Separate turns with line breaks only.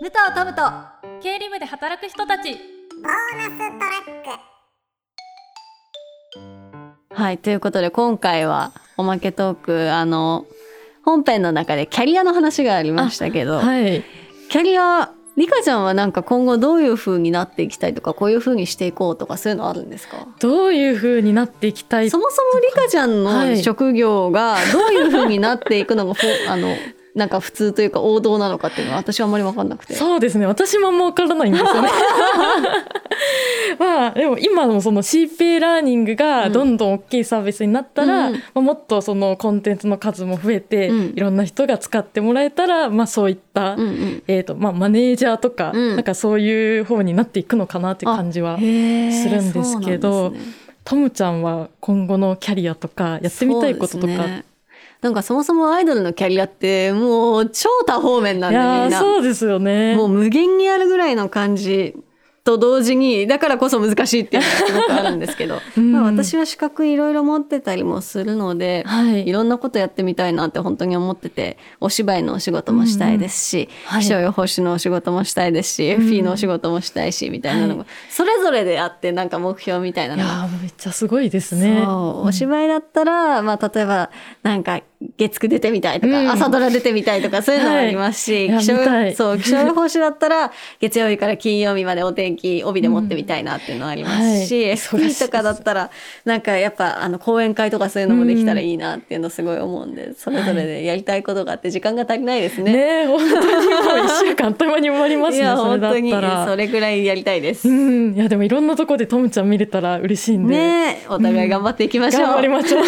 武藤トムと
経理部で働く人たち
ボーナストラック
はい、ということで今回はおまけトーク、あの、本編の中でキャリアの話がありましたけど、
はい。
キャリア、リカちゃんはなんか今後どういう風になっていきたいとか、こういう風にしていこうとかそういうのあるんですか
どういう風になっていきたい
そもそもリカちゃん
は
の
い
職業がどういう風になっていくのが、 ほあの、なんか普通というか王道なのかっていうのは私はあんまりわかんなくて。
そうですね。私もあんまわからないんですよ ね。まあ、でも今のその CPA ラーニングがどんどん大きいサービスになったら、
うん
まあ、もっとそのコンテンツの数も増えて、
うん
いろんな人が使ってもらえたら、まあそういった、
うんうん。
えーとまあ、マネージャーとか、
うん
なんかそういう方になっていくのかなっていう感じはするんですけど
そうなんですね
トムちゃんは今後のキャリアとかやってみたいことと
そうです
か、
ねなんかそもそもアイドルのキャリアってもう超多方面なん
い
でみ
や
ん
ー
な
そうですよね
もう無限にあるぐらいの感じと同時にだからこそ難しいっていうのがすごくあるんですけど、
うん
まあ、私は資格いろいろ持ってたりもするので、
はい
いろんなことやってみたいなって本当に思っててお芝居のお仕事もしたいですし、
はい
気象予報士のお仕事もしたいですし、FP のお仕事もしたいしみたいなのが、
は
それぞれであってなんか目標みたいないのが
やーめっちゃすごいですね。
そうお芝居だったら、まあ、例えばなんか月9出てみたいとか、
うん
朝ドラ出てみたいとかそういうのもありますし、
はい
気象
いや見たい
そう気象予報士だったら月曜日から金曜日までお天気帯で持ってみたいなっていうのはありますし、
うんはい
FP とかだったらなんかやっぱあの講演会とかそういうのもできたらいいなっていうのすごい思うんで、それぞれでやりたいことがあって時間が足りないですね。
ねえ本当にもう一週間あっという間に終わります
い
ね。
や
それ
本
だ
当
っ
に
たら。
それぐらいやりたいです。
うん、いやでもいろんなとこでトムちゃん見れたら嬉しいんで。
ねえお互い頑張っていきましょう。
頑張りましょう。